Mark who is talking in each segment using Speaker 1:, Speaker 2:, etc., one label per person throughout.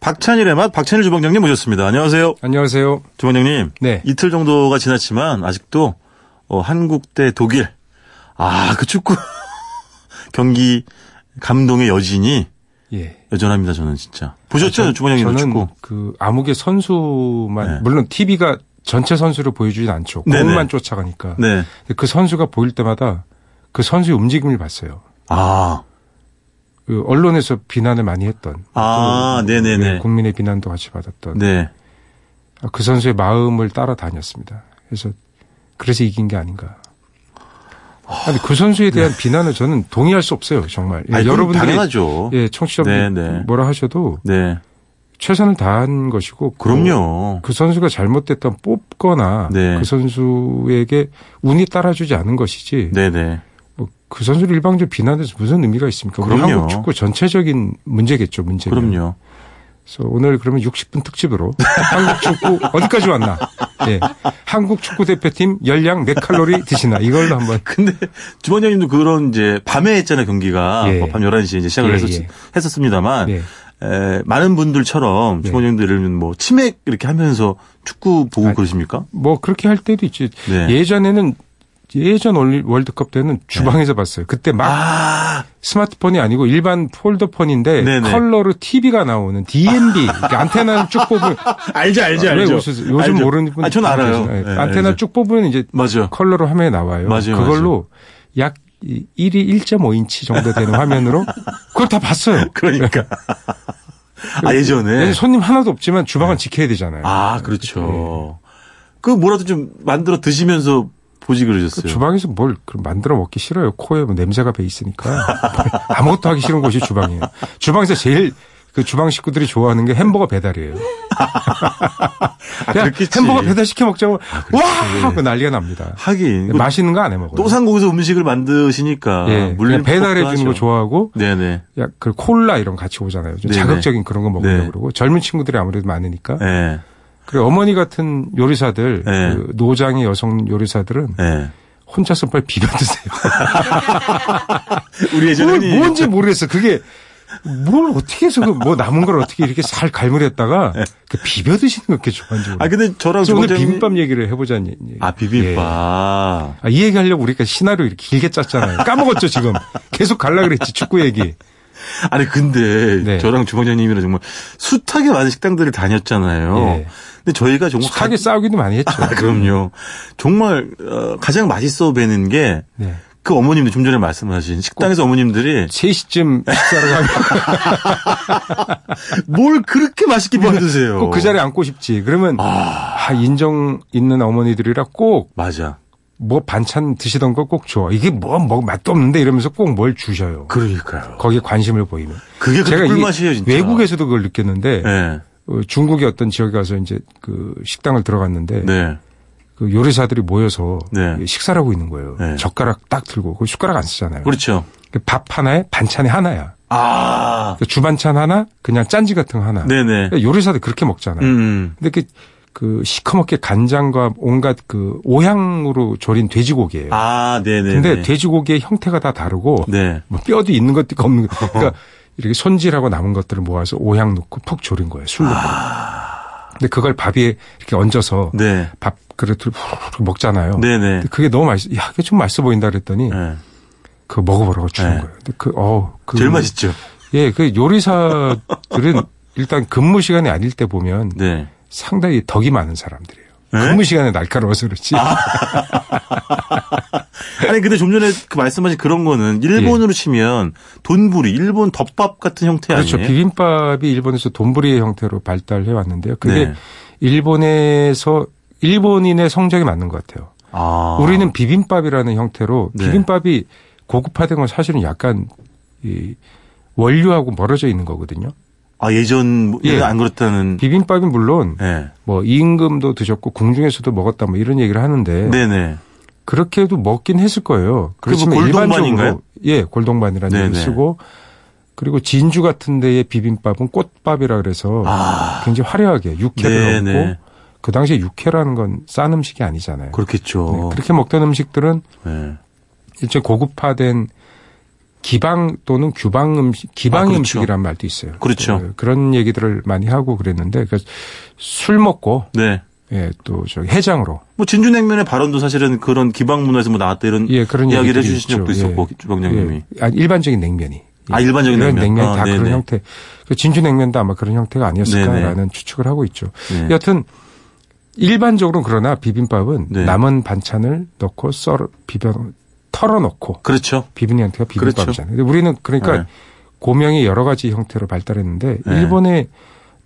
Speaker 1: 박찬일의 맛 박찬일 주방장님 모셨습니다. 안녕하세요.
Speaker 2: 안녕하세요.
Speaker 1: 주방장님.
Speaker 2: 네.
Speaker 1: 이틀 정도가 지났지만 아직도 어, 한국 대 독일 아 그 축구 경기 감동의 여진이
Speaker 2: 예.
Speaker 1: 여전합니다. 저는 진짜 보셨죠, 주방장님 그
Speaker 2: 아, 저는
Speaker 1: 축구?
Speaker 2: 그 암흑의 선수만
Speaker 1: 네.
Speaker 2: 물론 TV가 전체 선수를 보여주진 않죠.
Speaker 1: 네네.
Speaker 2: 공만 쫓아가니까.
Speaker 1: 네.
Speaker 2: 근데 그 선수가 보일 때마다 그 선수의 움직임을 봤어요.
Speaker 1: 아,
Speaker 2: 그 언론에서 비난을 많이 했던.
Speaker 1: 아,
Speaker 2: 또
Speaker 1: 네네네.
Speaker 2: 예, 국민의 비난도 같이 받았던
Speaker 1: 네.
Speaker 2: 그 선수의 마음을 따라다녔습니다. 그래서 그래서 이긴 게 아닌가. 아니 그 선수에 대한 비난을 저는 동의할 수 없어요. 정말. 예,
Speaker 1: 네. 아니, 그건
Speaker 2: 여러분들이
Speaker 1: 당연하죠.
Speaker 2: 예, 청취자분들
Speaker 1: 네네.
Speaker 2: 뭐라 하셔도
Speaker 1: 네.
Speaker 2: 최선을 다한 것이고 그-
Speaker 1: 그럼요.
Speaker 2: 그 선수가 잘못됐던 뽑거나
Speaker 1: 네.
Speaker 2: 그 선수에게 운이 따라주지 않은 것이지
Speaker 1: 네네.
Speaker 2: 뭐그 선수를 일방적으로 비난해서 무슨 의미가 있습니까? 우리
Speaker 1: 그럼요.
Speaker 2: 한국 축구 전체적인 문제겠죠, 문제.
Speaker 1: 그럼요.
Speaker 2: 그래서 오늘 그러면 60분 특집으로 한국 축구 어디까지 왔나? 예. 한국 축구 대표팀 열량 몇 칼로리 드시나 이걸로 한번
Speaker 1: 근데 주방장님도 그런 이제 밤에 했잖아요 경기가 뭐
Speaker 2: 예.
Speaker 1: 밤 11시에 이제 시작을
Speaker 2: 예,
Speaker 1: 했었,
Speaker 2: 예.
Speaker 1: 했었습니다만
Speaker 2: 예.
Speaker 1: 에, 많은 분들처럼
Speaker 2: 네.
Speaker 1: 주방장님들은 뭐 치맥 이렇게 하면서 축구 보고
Speaker 2: 아니,
Speaker 1: 그러십니까?
Speaker 2: 뭐 그렇게 할 때도 있지.
Speaker 1: 네.
Speaker 2: 예전에는 예전 올리- 월드컵 때는 주방에서 봤어요. 그때 막
Speaker 1: 네. 아
Speaker 2: 스마트폰이 아니고 일반 폴더폰인데
Speaker 1: 네네.
Speaker 2: 컬러로 TV가 나오는 DNB 그러니까 안테나를 쭉 뽑은
Speaker 1: 알죠 알죠
Speaker 2: 아, 왜 웃으세요? 요즘
Speaker 1: 알죠.
Speaker 2: 모르는 분
Speaker 1: 아, 저는 알아요.
Speaker 2: 계시나요? 예,
Speaker 1: 예,
Speaker 2: 안테나
Speaker 1: 알죠.
Speaker 2: 쭉 뽑으면 이제
Speaker 1: 맞아요.
Speaker 2: 컬러로 화면에 나와요.
Speaker 1: 맞아요,
Speaker 2: 그걸로 약 1이 1.5인치 정도 되는 화면으로 그걸 다 봤어요.
Speaker 1: 그러니까 아 예전에
Speaker 2: 얘는 손님 하나도 없지만 주방은 지켜야 되잖아요.
Speaker 1: 네. 아 그렇죠.
Speaker 2: 네.
Speaker 1: 그 뭐라도 좀 만들어 드시면서 보지 그러셨어요.
Speaker 2: 주방에서 뭘 그럼 만들어 먹기 싫어요. 코에 뭐 냄새가 배 있으니까 아무것도 하기 싫은 곳이 주방이에요. 주방에서 제일 그 주방 식구들이 좋아하는 게 햄버거 배달이에요.
Speaker 1: 아,
Speaker 2: 그냥
Speaker 1: 그렇겠지. 아,
Speaker 2: 햄버거 배달 네, 시켜 먹자고 와 하고 난리가 납니다.
Speaker 1: 하긴 이거
Speaker 2: 맛있는 거 안 해 먹어요.
Speaker 1: 또산 거기서 음식을 만드시니까
Speaker 2: 예,
Speaker 1: 물린
Speaker 2: 그냥 배달해
Speaker 1: 폭도
Speaker 2: 주는 거
Speaker 1: 하죠.
Speaker 2: 좋아하고
Speaker 1: 네네.
Speaker 2: 야, 그 콜라 이런 거 같이 오잖아요. 좀
Speaker 1: 네네.
Speaker 2: 자극적인 그런 거 먹으려고
Speaker 1: 네.
Speaker 2: 그러고 젊은 친구들이 아무래도 많으니까.
Speaker 1: 예.
Speaker 2: 그리고 어머니 같은 요리사들
Speaker 1: 네.
Speaker 2: 그 노장의 여성 요리사들은
Speaker 1: 예.
Speaker 2: 혼자서 빨리 비벼 드세요.
Speaker 1: 우리 예전에
Speaker 2: 뭘,
Speaker 1: 흔히
Speaker 2: 뭔지 모르겠어. 그게 뭘 어떻게 해서 그 뭐 남은 걸 어떻게 이렇게 잘 갈무렸다가 그 비벼 드시는 거 그렇게 좋아하는지
Speaker 1: 네. 아
Speaker 2: 모르겠어요.
Speaker 1: 근데 저랑
Speaker 2: 그래서 오늘
Speaker 1: 주방장님-
Speaker 2: 비빔밥 얘기를 예. 해보자니.
Speaker 1: 아 비빔밥.
Speaker 2: 아, 이 얘기하려고 우리가 시나리오 이렇게 길게 짰잖아요. 까먹었죠, 지금. 계속 갈라 그랬지, 축구 얘기.
Speaker 1: 아니 근데
Speaker 2: 네.
Speaker 1: 저랑 주방장님이랑 정말 숱하게 많은 식당들을 다녔잖아요.
Speaker 2: 예.
Speaker 1: 근데 저희가 정말 가-
Speaker 2: 하게 싸우기도 많이 했죠.
Speaker 1: 아, 그럼요. 정말 어, 가장 맛있어 보이는 게 그
Speaker 2: 네.
Speaker 1: 어머님들 좀 전에 말씀하신 식당에서 어머님들이
Speaker 2: 3시쯤 식사를 하면
Speaker 1: 뭘 그렇게 맛있게 비벼 뭐 드세요.
Speaker 2: 꼭 그 자리에 앉고 싶지. 그러면, 아, 인정 있는 어머니들이라 꼭,
Speaker 1: 맞아.
Speaker 2: 뭐 반찬 드시던 걸 꼭 줘. 이게 뭐, 뭐, 맛도 없는데 이러면서 꼭 뭘 주셔요.
Speaker 1: 그러니까요.
Speaker 2: 거기에 관심을 보이면.
Speaker 1: 그게 그렇게
Speaker 2: 이게
Speaker 1: 꿀맛이에요, 진짜.
Speaker 2: 외국에서도 그걸 느꼈는데
Speaker 1: 네.
Speaker 2: 어, 중국의 어떤 지역에 가서 이제 그 식당을 들어갔는데
Speaker 1: 네.
Speaker 2: 그 요리사들이 모여서
Speaker 1: 네.
Speaker 2: 식사를 하고 있는 거예요.
Speaker 1: 네.
Speaker 2: 젓가락 딱 들고 그 숟가락 안 쓰잖아요.
Speaker 1: 그렇죠.
Speaker 2: 그밥 하나에 반찬이 하나야.
Speaker 1: 아.
Speaker 2: 그 주반찬 하나, 그냥 짠지 같은 거 하나.
Speaker 1: 네네.
Speaker 2: 그러니까 요리사들 그렇게 먹잖아요.
Speaker 1: 음.
Speaker 2: 근데 그, 그 시커멓게 간장과 온갖 그 오향으로 졸인 돼지고기예요.
Speaker 1: 아, 네네.
Speaker 2: 근데 돼지고기의 형태가 다 다르고
Speaker 1: 네.
Speaker 2: 뭐 뼈도 있는 것도 있고 없는 것. 그러니까 이렇게 손질하고 남은 것들을 모아서 오향 넣고 푹 졸인 거예요. 술로. 근데 그걸 밥 위에 이렇게 얹어서
Speaker 1: 아. 네.
Speaker 2: 밥그릇을 후루룩 먹잖아요.
Speaker 1: 네네.
Speaker 2: 근데 그게 너무 맛있어. 야, 이게 좀 맛있어 보인다 그랬더니
Speaker 1: 네.
Speaker 2: 그거 먹어보라고 주는
Speaker 1: 네.
Speaker 2: 거예요. 근데 그, 어, 그.
Speaker 1: 제일 맛있죠.
Speaker 2: 예, 그 요리사들은 일단 근무 시간이 아닐 때 보면
Speaker 1: 네.
Speaker 2: 상당히 덕이 많은 사람들이에요.
Speaker 1: 네? 아,
Speaker 2: 근무 시간에 날카로워서 그렇지.
Speaker 1: 아니 근데 좀 전에 그 말씀하신 그런 거는 일본으로 치면 돈부리, 일본 덮밥 같은 형태
Speaker 2: 예. 그렇죠.
Speaker 1: 아니에요?
Speaker 2: 비빔밥이 일본에서 돈부리의 형태로 발달해 왔는데요. 그게
Speaker 1: 네.
Speaker 2: 일본에서 일본인의 성적이 맞는 것 같아요.
Speaker 1: 아.
Speaker 2: 우리는 비빔밥이라는 형태로
Speaker 1: 네.
Speaker 2: 비빔밥이 고급화된 건 사실은 약간 이 원료하고 멀어져 있는 거거든요.
Speaker 1: 아 예전 뭐
Speaker 2: 예.
Speaker 1: 안 그렇다는.
Speaker 2: 비빔밥이 물론
Speaker 1: 네.
Speaker 2: 뭐 임금도 드셨고 궁중에서도 먹었다 뭐 이런 얘기를 하는데
Speaker 1: 네네.
Speaker 2: 그렇게도 먹긴 했을 거예요.
Speaker 1: 그게 뭐
Speaker 2: 그렇지만
Speaker 1: 골동반인가요?
Speaker 2: 일반적으로 예 골동반이라는
Speaker 1: 네네.
Speaker 2: 얘기를 쓰고 그리고 진주 같은 데의 비빔밥은 꽃밥이라 그래서
Speaker 1: 아
Speaker 2: 굉장히 화려하게 육회를
Speaker 1: 네네.
Speaker 2: 넣고 그 당시에 육회라는 건 싼 음식이 아니잖아요.
Speaker 1: 그렇겠죠.
Speaker 2: 네, 그렇게 먹던 음식들은
Speaker 1: 네.
Speaker 2: 일제 고급화된 기방 또는 규방 음식, 기방
Speaker 1: 아, 그렇죠.
Speaker 2: 음식이라는 말도 있어요.
Speaker 1: 그렇죠.
Speaker 2: 그, 런 얘기들을 많이 하고 그랬는데 그 술 먹고
Speaker 1: 네.
Speaker 2: 예, 또 저기 해장으로
Speaker 1: 뭐 진주냉면의 발언도 사실은 그런 기방 문화에서 뭐 나왔다 이런
Speaker 2: 예, 그런
Speaker 1: 이야기를
Speaker 2: 얘기들이
Speaker 1: 해주신 적도
Speaker 2: 있죠.
Speaker 1: 있었고 주방장님이.
Speaker 2: 예, 아니, 일반적인 냉면이.
Speaker 1: 아, 일반적인
Speaker 2: 이런
Speaker 1: 냉면.
Speaker 2: 냉면이
Speaker 1: 아,
Speaker 2: 다 그런
Speaker 1: 네네.
Speaker 2: 형태. 그 진주냉면도 아마 그런 형태가 아니었을까라는 추측을 하고 있죠.
Speaker 1: 네.
Speaker 2: 여튼 일반적으로 그러나 비빔밥은
Speaker 1: 네.
Speaker 2: 남은 반찬을 넣고 썰 비벼 털어놓고
Speaker 1: 그렇죠.
Speaker 2: 비빈 형태가 비빔밥이잖아요.
Speaker 1: 그렇죠.
Speaker 2: 근데 우리는 그러니까
Speaker 1: 네.
Speaker 2: 고명이 여러 가지 형태로 발달했는데
Speaker 1: 네.
Speaker 2: 일본의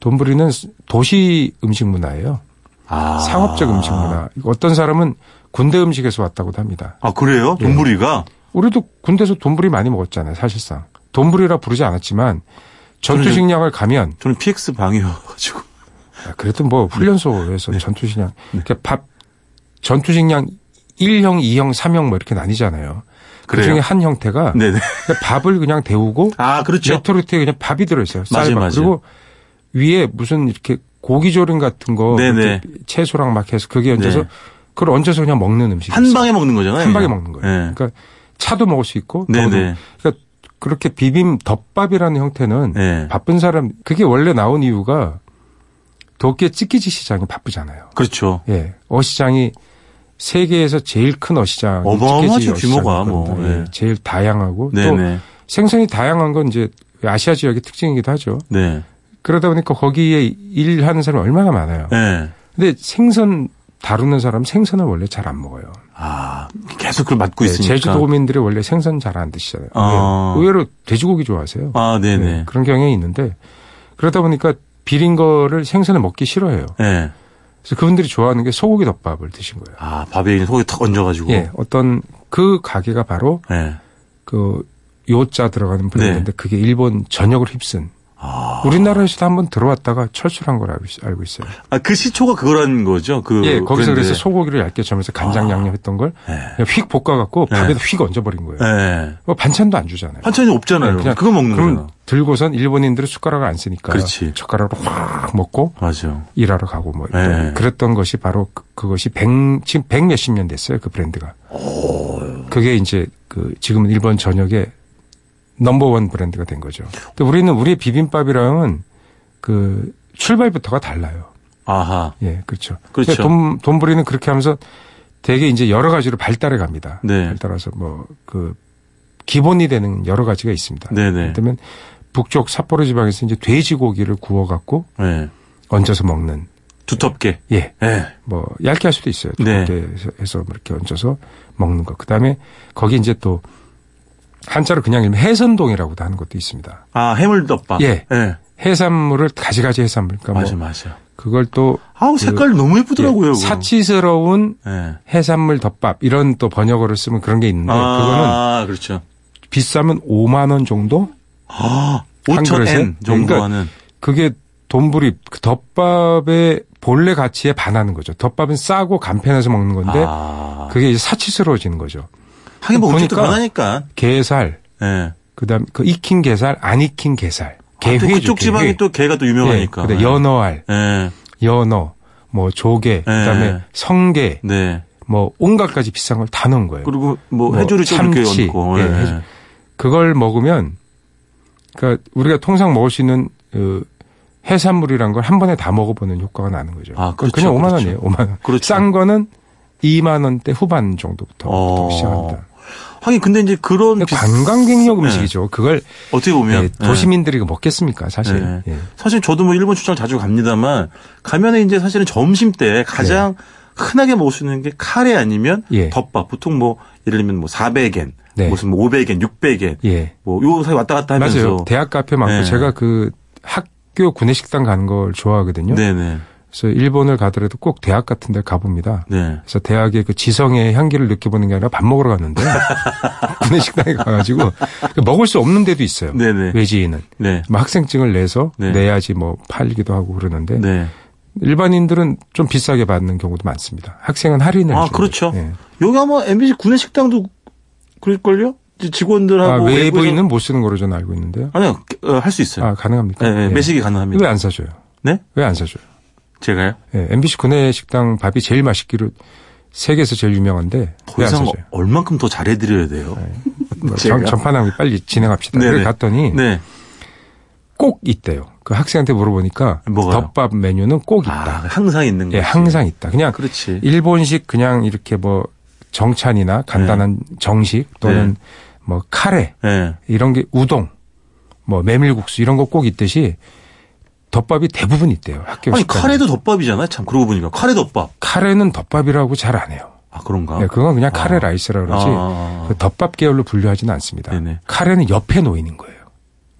Speaker 2: 돈부리는 도시 음식 문화예요.
Speaker 1: 아.
Speaker 2: 상업적 음식 문화. 어떤 사람은 군대 음식에서 왔다고도 합니다.
Speaker 1: 아 그래요?
Speaker 2: 네.
Speaker 1: 돈부리가
Speaker 2: 우리도 군대에서 돈부리 많이 먹었잖아요, 사실상. 돈부리라 부르지 않았지만 전투식량을 가면
Speaker 1: 저는 PX 방이어가지고.
Speaker 2: 아, 그래도 뭐 훈련소에서
Speaker 1: 네.
Speaker 2: 전투식량 그러니까 밥 전투식량 1형, 2형, 3형 뭐 이렇게 나뉘잖아요. 그
Speaker 1: 그래요?
Speaker 2: 중에 한 네, 형태가
Speaker 1: 네네.
Speaker 2: 그러니까 밥을 그냥 데우고
Speaker 1: 아 그렇죠.
Speaker 2: 레토르트에 그냥 밥이 들어 있어요.
Speaker 1: 맞아요, 맞아요.
Speaker 2: 그리고 위에 무슨 이렇게 고기 조림 같은 거
Speaker 1: 네네.
Speaker 2: 이렇게 채소랑 막 해서 그게 얹어서
Speaker 1: 네.
Speaker 2: 그걸 얹어서 그냥 먹는 음식.
Speaker 1: 한 방에 먹는 거잖아요.
Speaker 2: 네. 한 방에
Speaker 1: 그냥.
Speaker 2: 먹는 거예요.
Speaker 1: 네.
Speaker 2: 그러니까 차도 먹을 수 있고
Speaker 1: 네네.
Speaker 2: 더도 먹- 그러니까 그렇게 비빔 덮밥이라는 형태는
Speaker 1: 네.
Speaker 2: 바쁜 사람 그게 원래 나온 이유가 도쿄 찌끼지 시장이 바쁘잖아요.
Speaker 1: 그렇죠.
Speaker 2: 예. 어시장이 세계에서 제일 큰 어시장.
Speaker 1: 어마어마하죠, 규모가 뭐, 예.
Speaker 2: 제일 다양하고 또
Speaker 1: 네네.
Speaker 2: 생선이 다양한 건 이제 아시아 지역의 특징이기도 하죠.
Speaker 1: 네.
Speaker 2: 그러다 보니까 거기에 일하는 사람이 얼마나 많아요.
Speaker 1: 네.
Speaker 2: 근데 생선 다루는 사람 은 생선을 원래 잘 안 먹어요.
Speaker 1: 아 계속 그걸 맡고
Speaker 2: 네,
Speaker 1: 있으니까.
Speaker 2: 제주도민들이 원래 생선 잘 안 드시잖아요.
Speaker 1: 아.
Speaker 2: 네, 의외로 돼지고기 좋아하세요.
Speaker 1: 아
Speaker 2: 네,
Speaker 1: 네네.
Speaker 2: 그런 경향이 있는데 그러다 보니까 비린 거를 생선을 먹기 싫어해요.
Speaker 1: 네.
Speaker 2: 그래서 그분들이 좋아하는 게 소고기 덮밥을 드신 거예요.
Speaker 1: 아 밥에 이제 소고기 탁 얹어가지고.
Speaker 2: 예, 어떤 그 가게가 바로
Speaker 1: 네.
Speaker 2: 그 요자 들어가는 브랜드인데 그게 일본 전역을 휩쓴.
Speaker 1: 아.
Speaker 2: 우리나라에서도 한번 들어왔다가 철수한 걸 알고 있- 알고 있어요.
Speaker 1: 아, 그 시초가 그거라는 거죠. 그
Speaker 2: 예, 거기서
Speaker 1: 브랜드의.
Speaker 2: 그래서 소고기를 얇게 점에서 간장
Speaker 1: 아.
Speaker 2: 양념했던 걸
Speaker 1: 네.
Speaker 2: 그냥 휙 볶아갖고 밥에다 휙 얹어버린 거예요.
Speaker 1: 네.
Speaker 2: 뭐 반찬도 안 주잖아요.
Speaker 1: 반찬이 없잖아요.
Speaker 2: 네, 그냥-
Speaker 1: 그거 먹는
Speaker 2: 그럼
Speaker 1: 거잖아.
Speaker 2: 들고선 일본인들은 숟가락을 안 쓰니까
Speaker 1: 그렇지.
Speaker 2: 젓가락으로 확 먹고
Speaker 1: 맞아.
Speaker 2: 일하러 가고 뭐
Speaker 1: 예.
Speaker 2: 그랬던 것이 바로 그- 그것이 백 지금 백 몇십 년 됐어요 그 브랜드가. 그게 이제 그 지금은 일본 전역의 넘버원 브랜드가 된 거죠. 근데 우리는 우리의 비빔밥이랑은 그 출발부터가 달라요.
Speaker 1: 아하.
Speaker 2: 예, 그렇죠.
Speaker 1: 그렇죠.
Speaker 2: 돈 돈부리는 그렇게 하면서 되게 이제 여러 가지로 발달해 갑니다.
Speaker 1: 네.
Speaker 2: 발달해서 뭐 그 기본이 되는 여러 가지가 있습니다.
Speaker 1: 네네.
Speaker 2: 그러면 북쪽 삿포로 지방에서 이제 돼지고기를 구워 갖고
Speaker 1: 네.
Speaker 2: 얹어서 먹는
Speaker 1: 두텁게.
Speaker 2: 예.
Speaker 1: 네.
Speaker 2: 뭐 얇게 할 수도 있어요.
Speaker 1: 네.
Speaker 2: 해서 뭐 이렇게 얹어서 먹는 것. 그다음에 거기 이제 또 한자로 그냥 읽으면 해선동이라고도 하는 것도 있습니다.
Speaker 1: 아 해물덮밥.
Speaker 2: 예.
Speaker 1: 네.
Speaker 2: 해산물을 가지가지 해산물. 그러니까 뭐
Speaker 1: 맞아 맞아.
Speaker 2: 그걸 또
Speaker 1: 아우 색깔 너무 예쁘더라고요.
Speaker 2: 예,
Speaker 1: 그거.
Speaker 2: 사치스러운
Speaker 1: 예.
Speaker 2: 해산물 덮밥 이런 또 번역어를 쓰면 그런 게 있는데 그거는
Speaker 1: 아, 그렇죠.
Speaker 2: 비싸면 5만 원 정도?
Speaker 1: 아,
Speaker 2: 한
Speaker 1: 5,000엔
Speaker 2: 그릇에?
Speaker 1: 정도
Speaker 2: 그러니까
Speaker 1: 하는.
Speaker 2: 그게 돈부리 그 덮밥의 본래 가치에 반하는 거죠. 덮밥은 싸고 간편해서 먹는 건데
Speaker 1: 아,
Speaker 2: 그게 이제 사치스러워지는 거죠.
Speaker 1: 하긴 뭐 음식도
Speaker 2: 보니까-
Speaker 1: 변하니까.
Speaker 2: 게살
Speaker 1: 예.
Speaker 2: 그다음 그 익힌 게살, 안 익힌 게살,
Speaker 1: 아, 또
Speaker 2: 게회죠.
Speaker 1: 그쪽 지방이 또 게가 또 유명하니까.
Speaker 2: 예, 연어알,
Speaker 1: 예.
Speaker 2: 연어, 뭐 조개, 그다음에
Speaker 1: 예.
Speaker 2: 성게,
Speaker 1: 네.
Speaker 2: 뭐 온갖까지 비싼 걸 다 넣은 거예요.
Speaker 1: 그리고 뭐,
Speaker 2: 뭐
Speaker 1: 해조류 좀 이렇게
Speaker 2: 참치,
Speaker 1: 얹고.
Speaker 2: 예,
Speaker 1: 예.
Speaker 2: 해조- 그걸 먹으면 그러니까 우리가 통상 먹을 수 있는 그 해산물이란 걸 한 번에 다 먹어보는 효과가 나는 거죠.
Speaker 1: 아, 그렇죠,
Speaker 2: 냥 5만
Speaker 1: 그렇죠.
Speaker 2: 원이에요. 5만 원.
Speaker 1: 그렇죠.
Speaker 2: 싼 거는 2만 원대 후반 정도부터
Speaker 1: 어.
Speaker 2: 시작합니다.
Speaker 1: 하긴 근데 이제 그런
Speaker 2: 근데
Speaker 1: 비슷- 네.
Speaker 2: 관광객용 음식이죠. 그걸
Speaker 1: 어떻게 보면
Speaker 2: 예,
Speaker 1: 예.
Speaker 2: 도시민들이 먹겠습니까, 사실.
Speaker 1: 네.
Speaker 2: 예.
Speaker 1: 사실 저도 뭐 일본 출장 자주 갑니다만 가면은 이제 사실은 점심 때 가장 흔하게 먹을 수 있는 게 카레 아니면
Speaker 2: 네. 예.
Speaker 1: 덮밥. 보통 뭐 예를 들면 뭐 400엔,
Speaker 2: 네.
Speaker 1: 무슨 뭐 500엔, 600엔,
Speaker 2: 예.
Speaker 1: 뭐요 사이 왔다 갔다 하면서
Speaker 2: 맞아요. 대학 카페 많고
Speaker 1: 예.
Speaker 2: 제가 그 학교 구내식당 가는 걸 좋아하거든요.
Speaker 1: 네네.
Speaker 2: 그래서 일본을 가더라도 꼭 대학 같은 데 가봅니다.
Speaker 1: 네.
Speaker 2: 그래서 대학의 그 지성의 향기를 느껴보는 게 아니라 밥 먹으러 갔는데 구내식당에 가가지고 그 먹을 수 없는 데도 있어요.
Speaker 1: 네네.
Speaker 2: 외지인은
Speaker 1: 네.
Speaker 2: 뭐 학생증을 내서
Speaker 1: 네.
Speaker 2: 내야지 뭐 팔기도 하고 그러는데
Speaker 1: 네.
Speaker 2: 일반인들은 좀 비싸게 받는 경우도 많습니다. 학생은 할인을
Speaker 1: 아,
Speaker 2: 해줘요.
Speaker 1: 그렇죠.
Speaker 2: 예.
Speaker 1: 여기 아마 MBC 구내식당도 그럴걸요? 이제
Speaker 2: 아,
Speaker 1: 직원들하고. 외부에서-
Speaker 2: 웨이브인은 못 쓰는 거로 저는 알고 있는데요.
Speaker 1: 아니요, 할 수 있어요.
Speaker 2: 아 가능합니까?
Speaker 1: 예, 예,
Speaker 2: 예.
Speaker 1: 매식이 가능합니다.
Speaker 2: 왜 안 사줘요?
Speaker 1: 네?
Speaker 2: 왜 안 사줘요?
Speaker 1: 제가요?
Speaker 2: 예, MBC 구내 식당 밥이 제일 맛있기로 세계에서 제일 유명한데
Speaker 1: 더
Speaker 2: 왜 안
Speaker 1: 이상
Speaker 2: 사줘요?
Speaker 1: 얼만큼 더 잘해드려야 돼요.
Speaker 2: 뭐
Speaker 1: 제가.
Speaker 2: 전- 전파나 빨리 진행합시다.
Speaker 1: 네네.
Speaker 2: 그래 갔더니
Speaker 1: 네.
Speaker 2: 꼭 있대요. 그 학생한테 물어보니까
Speaker 1: 뭐가요?
Speaker 2: 덮밥 메뉴는 꼭 있다.
Speaker 1: 아, 항상 있는
Speaker 2: 예,
Speaker 1: 거지.
Speaker 2: 항상 있다. 그냥
Speaker 1: 그렇지.
Speaker 2: 일본식 그냥 이렇게 뭐 정찬이나 간단한
Speaker 1: 네.
Speaker 2: 정식 또는 뭐 카레
Speaker 1: 예.
Speaker 2: 이런 게 우동 뭐 메밀국수 이런 거 꼭 있듯이 덮밥이 대부분 있대요. 학교
Speaker 1: 아니
Speaker 2: 식당에.
Speaker 1: 카레도 덮밥이잖아요. 참 그러고 보니까 카레 덮밥.
Speaker 2: 카레는 덮밥이라고 잘 안 해요.
Speaker 1: 아 그런가?
Speaker 2: 예, 그건 그냥 카레
Speaker 1: 아.
Speaker 2: 라이스라 그러지
Speaker 1: 아, 아, 아.
Speaker 2: 그 덮밥 계열로 분류하지는 않습니다.
Speaker 1: 네네.
Speaker 2: 카레는 옆에 놓이는 거예요.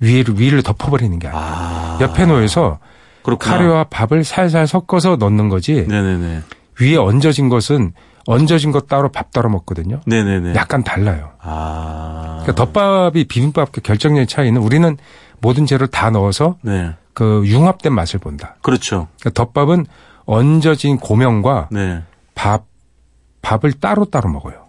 Speaker 2: 위를 위를 덮어버리는 게 아니에요.
Speaker 1: 아,
Speaker 2: 옆에 놓여서
Speaker 1: 그렇구나.
Speaker 2: 그 카레와 밥을 살살 섞어서 넣는 거지
Speaker 1: 네네네.
Speaker 2: 위에 얹어진 것은 얹어진 것 따로 밥 따로 먹거든요.
Speaker 1: 네네네.
Speaker 2: 약간 달라요.
Speaker 1: 아.
Speaker 2: 그러니까 덮밥이 비빔밥 그 결정적인 차이는 우리는 모든 재료를 다 넣어서
Speaker 1: 네.
Speaker 2: 그 융합된 맛을 본다.
Speaker 1: 그렇죠.
Speaker 2: 그러니까 덮밥은 얹어진 고명과
Speaker 1: 네.
Speaker 2: 밥 밥을 따로 따로 먹어요.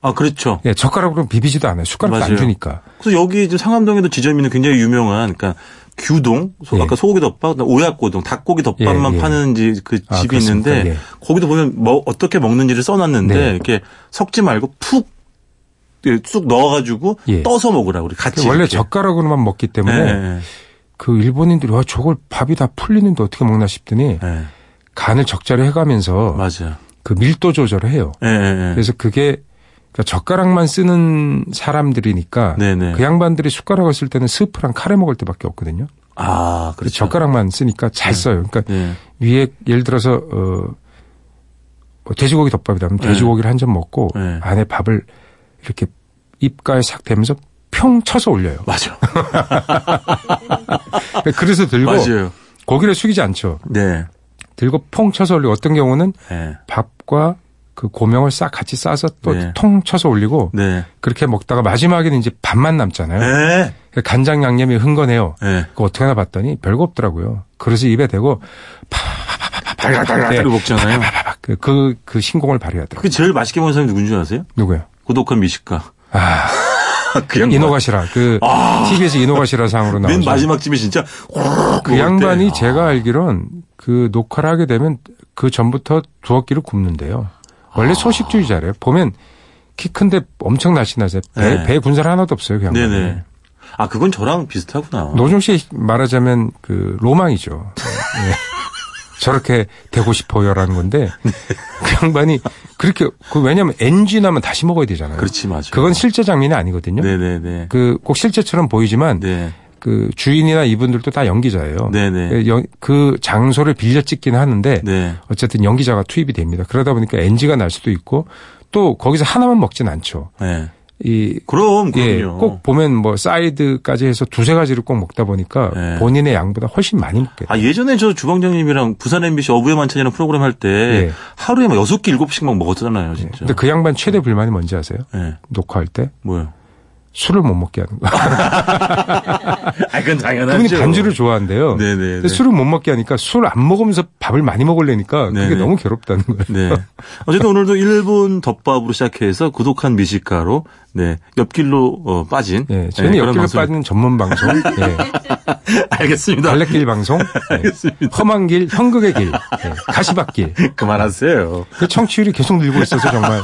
Speaker 1: 아 그렇죠.
Speaker 2: 예, 젓가락으로 비비지도 않아요. 숟가락도
Speaker 1: 맞아요.
Speaker 2: 안 주니까.
Speaker 1: 그래서 여기 지금 상암동에도 지점이 있는 굉장히 유명한 그러니까 규동, 소-
Speaker 2: 예.
Speaker 1: 아까 소고기 덮밥, 그다음에 오약고동, 닭고기 덮밥만
Speaker 2: 예, 예.
Speaker 1: 파는 지- 그
Speaker 2: 아,
Speaker 1: 집이
Speaker 2: 그렇습니까?
Speaker 1: 있는데
Speaker 2: 예.
Speaker 1: 거기도 보면 뭐 어떻게 먹는지를 써놨는데
Speaker 2: 네.
Speaker 1: 이렇게 섞지 말고 푹 예, 쑥 넣어가지고
Speaker 2: 예.
Speaker 1: 떠서 먹으라 우리 같이
Speaker 2: 원래
Speaker 1: 이렇게.
Speaker 2: 젓가락으로만 먹기 때문에
Speaker 1: 예,
Speaker 2: 그 일본인들이 와 저걸 밥이 다 풀리는데 어떻게 먹나 싶더니
Speaker 1: 예, 예.
Speaker 2: 간을 적절히 해가면서
Speaker 1: 맞아요.
Speaker 2: 그 밀도 조절을 해요.
Speaker 1: 예, 예, 예.
Speaker 2: 그래서 그게 그러니까 젓가락만 쓰는 사람들이니까
Speaker 1: 네네.
Speaker 2: 그 양반들이 숟가락을 쓸 때는 스프랑 카레 먹을 때밖에 없거든요.
Speaker 1: 아,
Speaker 2: 그래서
Speaker 1: 그렇죠.
Speaker 2: 젓가락만 쓰니까 잘 써요. 그러니까
Speaker 1: 예.
Speaker 2: 위에 예를 들어서 어, 뭐 돼지고기 덮밥이라면
Speaker 1: 네.
Speaker 2: 돼지고기를 한 점 먹고
Speaker 1: 네.
Speaker 2: 안에 밥을 이렇게 입가에 싹 대면서 평 쳐서 올려요. 그러니까
Speaker 1: 맞아.
Speaker 2: 그래서 들고
Speaker 1: 아, 맞아요.
Speaker 2: 고기를 숙이지 않죠.
Speaker 1: 네.
Speaker 2: 들고 퐁 쳐서 올리고 어떤 경우는
Speaker 1: 네.
Speaker 2: 밥과 그 고명을 싹 같이 싸서
Speaker 1: 네.
Speaker 2: 또 통 쳐서 올리고
Speaker 1: 네.
Speaker 2: 그렇게 먹다가 마지막에는 이제 밥만 남잖아요.
Speaker 1: 예.
Speaker 2: 그 간장 양념이 흥건해요.
Speaker 1: 예.
Speaker 2: 그거 어떻게 하나 봤더니 별거 없더라고요. 그래서 입에 대고
Speaker 1: 달달달달
Speaker 2: 네.
Speaker 1: 달고 먹잖아요.
Speaker 2: 그, 그, 그 신공을 발휘하더라고요.
Speaker 1: 그게 제일 맛있게 먹는 사람이 누군지 아세요?
Speaker 2: 누구요?
Speaker 1: 고독한 미식가.
Speaker 2: 아,
Speaker 1: 그냥 뭐 아.
Speaker 2: 이노가시라. 그, TV에서 이노가시라 상으로 나오죠.
Speaker 1: 맨 마지막 쯤에 진짜 확
Speaker 2: 그
Speaker 1: 먹을
Speaker 2: 양반이
Speaker 1: 때. 아,
Speaker 2: 제가 알기론 그 녹화를 하게 되면 그 전부터 두어끼를 굽는데요.
Speaker 1: 아.
Speaker 2: 원래 소식주의자래요. 보면 키 큰데 엄청 날씬하세요. 배,
Speaker 1: 네.
Speaker 2: 배에 군살 하나도 없어요. 그 양반이.
Speaker 1: 네네. 아 그건 저랑 비슷하구나.
Speaker 2: 노종 씨 말하자면 그 로망이죠. 네. 저렇게 되고 싶어요라는 건데 그 양반이 그렇게 그 왜냐하면 NG 나면 다시 먹어야 되잖아요.
Speaker 1: 그렇지 맞아.
Speaker 2: 그건 실제 장면이 아니거든요.
Speaker 1: 그렇죠. 네네네.
Speaker 2: 그 꼭 실제처럼 보이지만
Speaker 1: 네.
Speaker 2: 그 주인이나 이분들도 다 연기자예요.
Speaker 1: 네네.
Speaker 2: 예, 연- 그 장소를 빌려 찍긴 하는데
Speaker 1: 네.
Speaker 2: 어쨌든 연기자가 투입이 됩니다. 그러다 보니까 NG가 날 수도 있고 또 거기서 하나만 먹진 않죠.
Speaker 1: 네.
Speaker 2: 이
Speaker 1: 그럼
Speaker 2: 예,
Speaker 1: 그럼요.
Speaker 2: 꼭 보면 뭐 사이드까지 해서 두세 가지를 꼭 먹다 보니까
Speaker 1: 예.
Speaker 2: 본인의 양보다 훨씬 많이 먹게 돼요.
Speaker 1: 아 예전에 저 주방장님이랑 부산 MBC 어부의 만찬이라는 프로그램 할 때
Speaker 2: 예.
Speaker 1: 하루에 막 여섯 개 일곱 씩막 먹었잖아요 진짜.
Speaker 2: 근데 그 양반
Speaker 1: 네.
Speaker 2: 최대 불만이 뭔지 아세요?
Speaker 1: 예.
Speaker 2: 녹화할 때
Speaker 1: 뭐요?
Speaker 2: 술을 못 먹게 하는 거.
Speaker 1: 아 그건 당연하죠.
Speaker 2: 그분이 반주를 좋아한대요.
Speaker 1: 네네네.
Speaker 2: 근데 술을 못 먹게 하니까 술 안 먹으면서 밥을 많이 먹으려니까 그게
Speaker 1: 네네.
Speaker 2: 너무 괴롭다는 거예요.
Speaker 1: 네. 어쨌든 오늘도 일본 덮밥으로 시작해서 고독한 미식가로 네 옆길로 어, 빠진
Speaker 2: 예, 저는
Speaker 1: 네, 그런
Speaker 2: 옆길로
Speaker 1: 방송.
Speaker 2: 빠지는 전문 방송, 예,
Speaker 1: 알겠습니다.
Speaker 2: 갈래길 방송, 예, 험한 길, 현극의 길, 예, 가시밭길.
Speaker 1: 그만하세요.
Speaker 2: 그 청취율이 계속 늘고 있어서 정말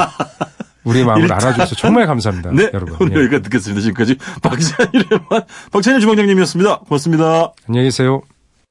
Speaker 2: 우리의 마음을
Speaker 1: 일단-
Speaker 2: 알아줘서 정말 감사합니다,
Speaker 1: 네,
Speaker 2: 여러분.
Speaker 1: 오늘
Speaker 2: 예.
Speaker 1: 여기까지 듣겠습니다. 지금까지 박찬일의 맛, 박찬일 주방장님이었습니다. 고맙습니다.
Speaker 2: 안녕히 계세요.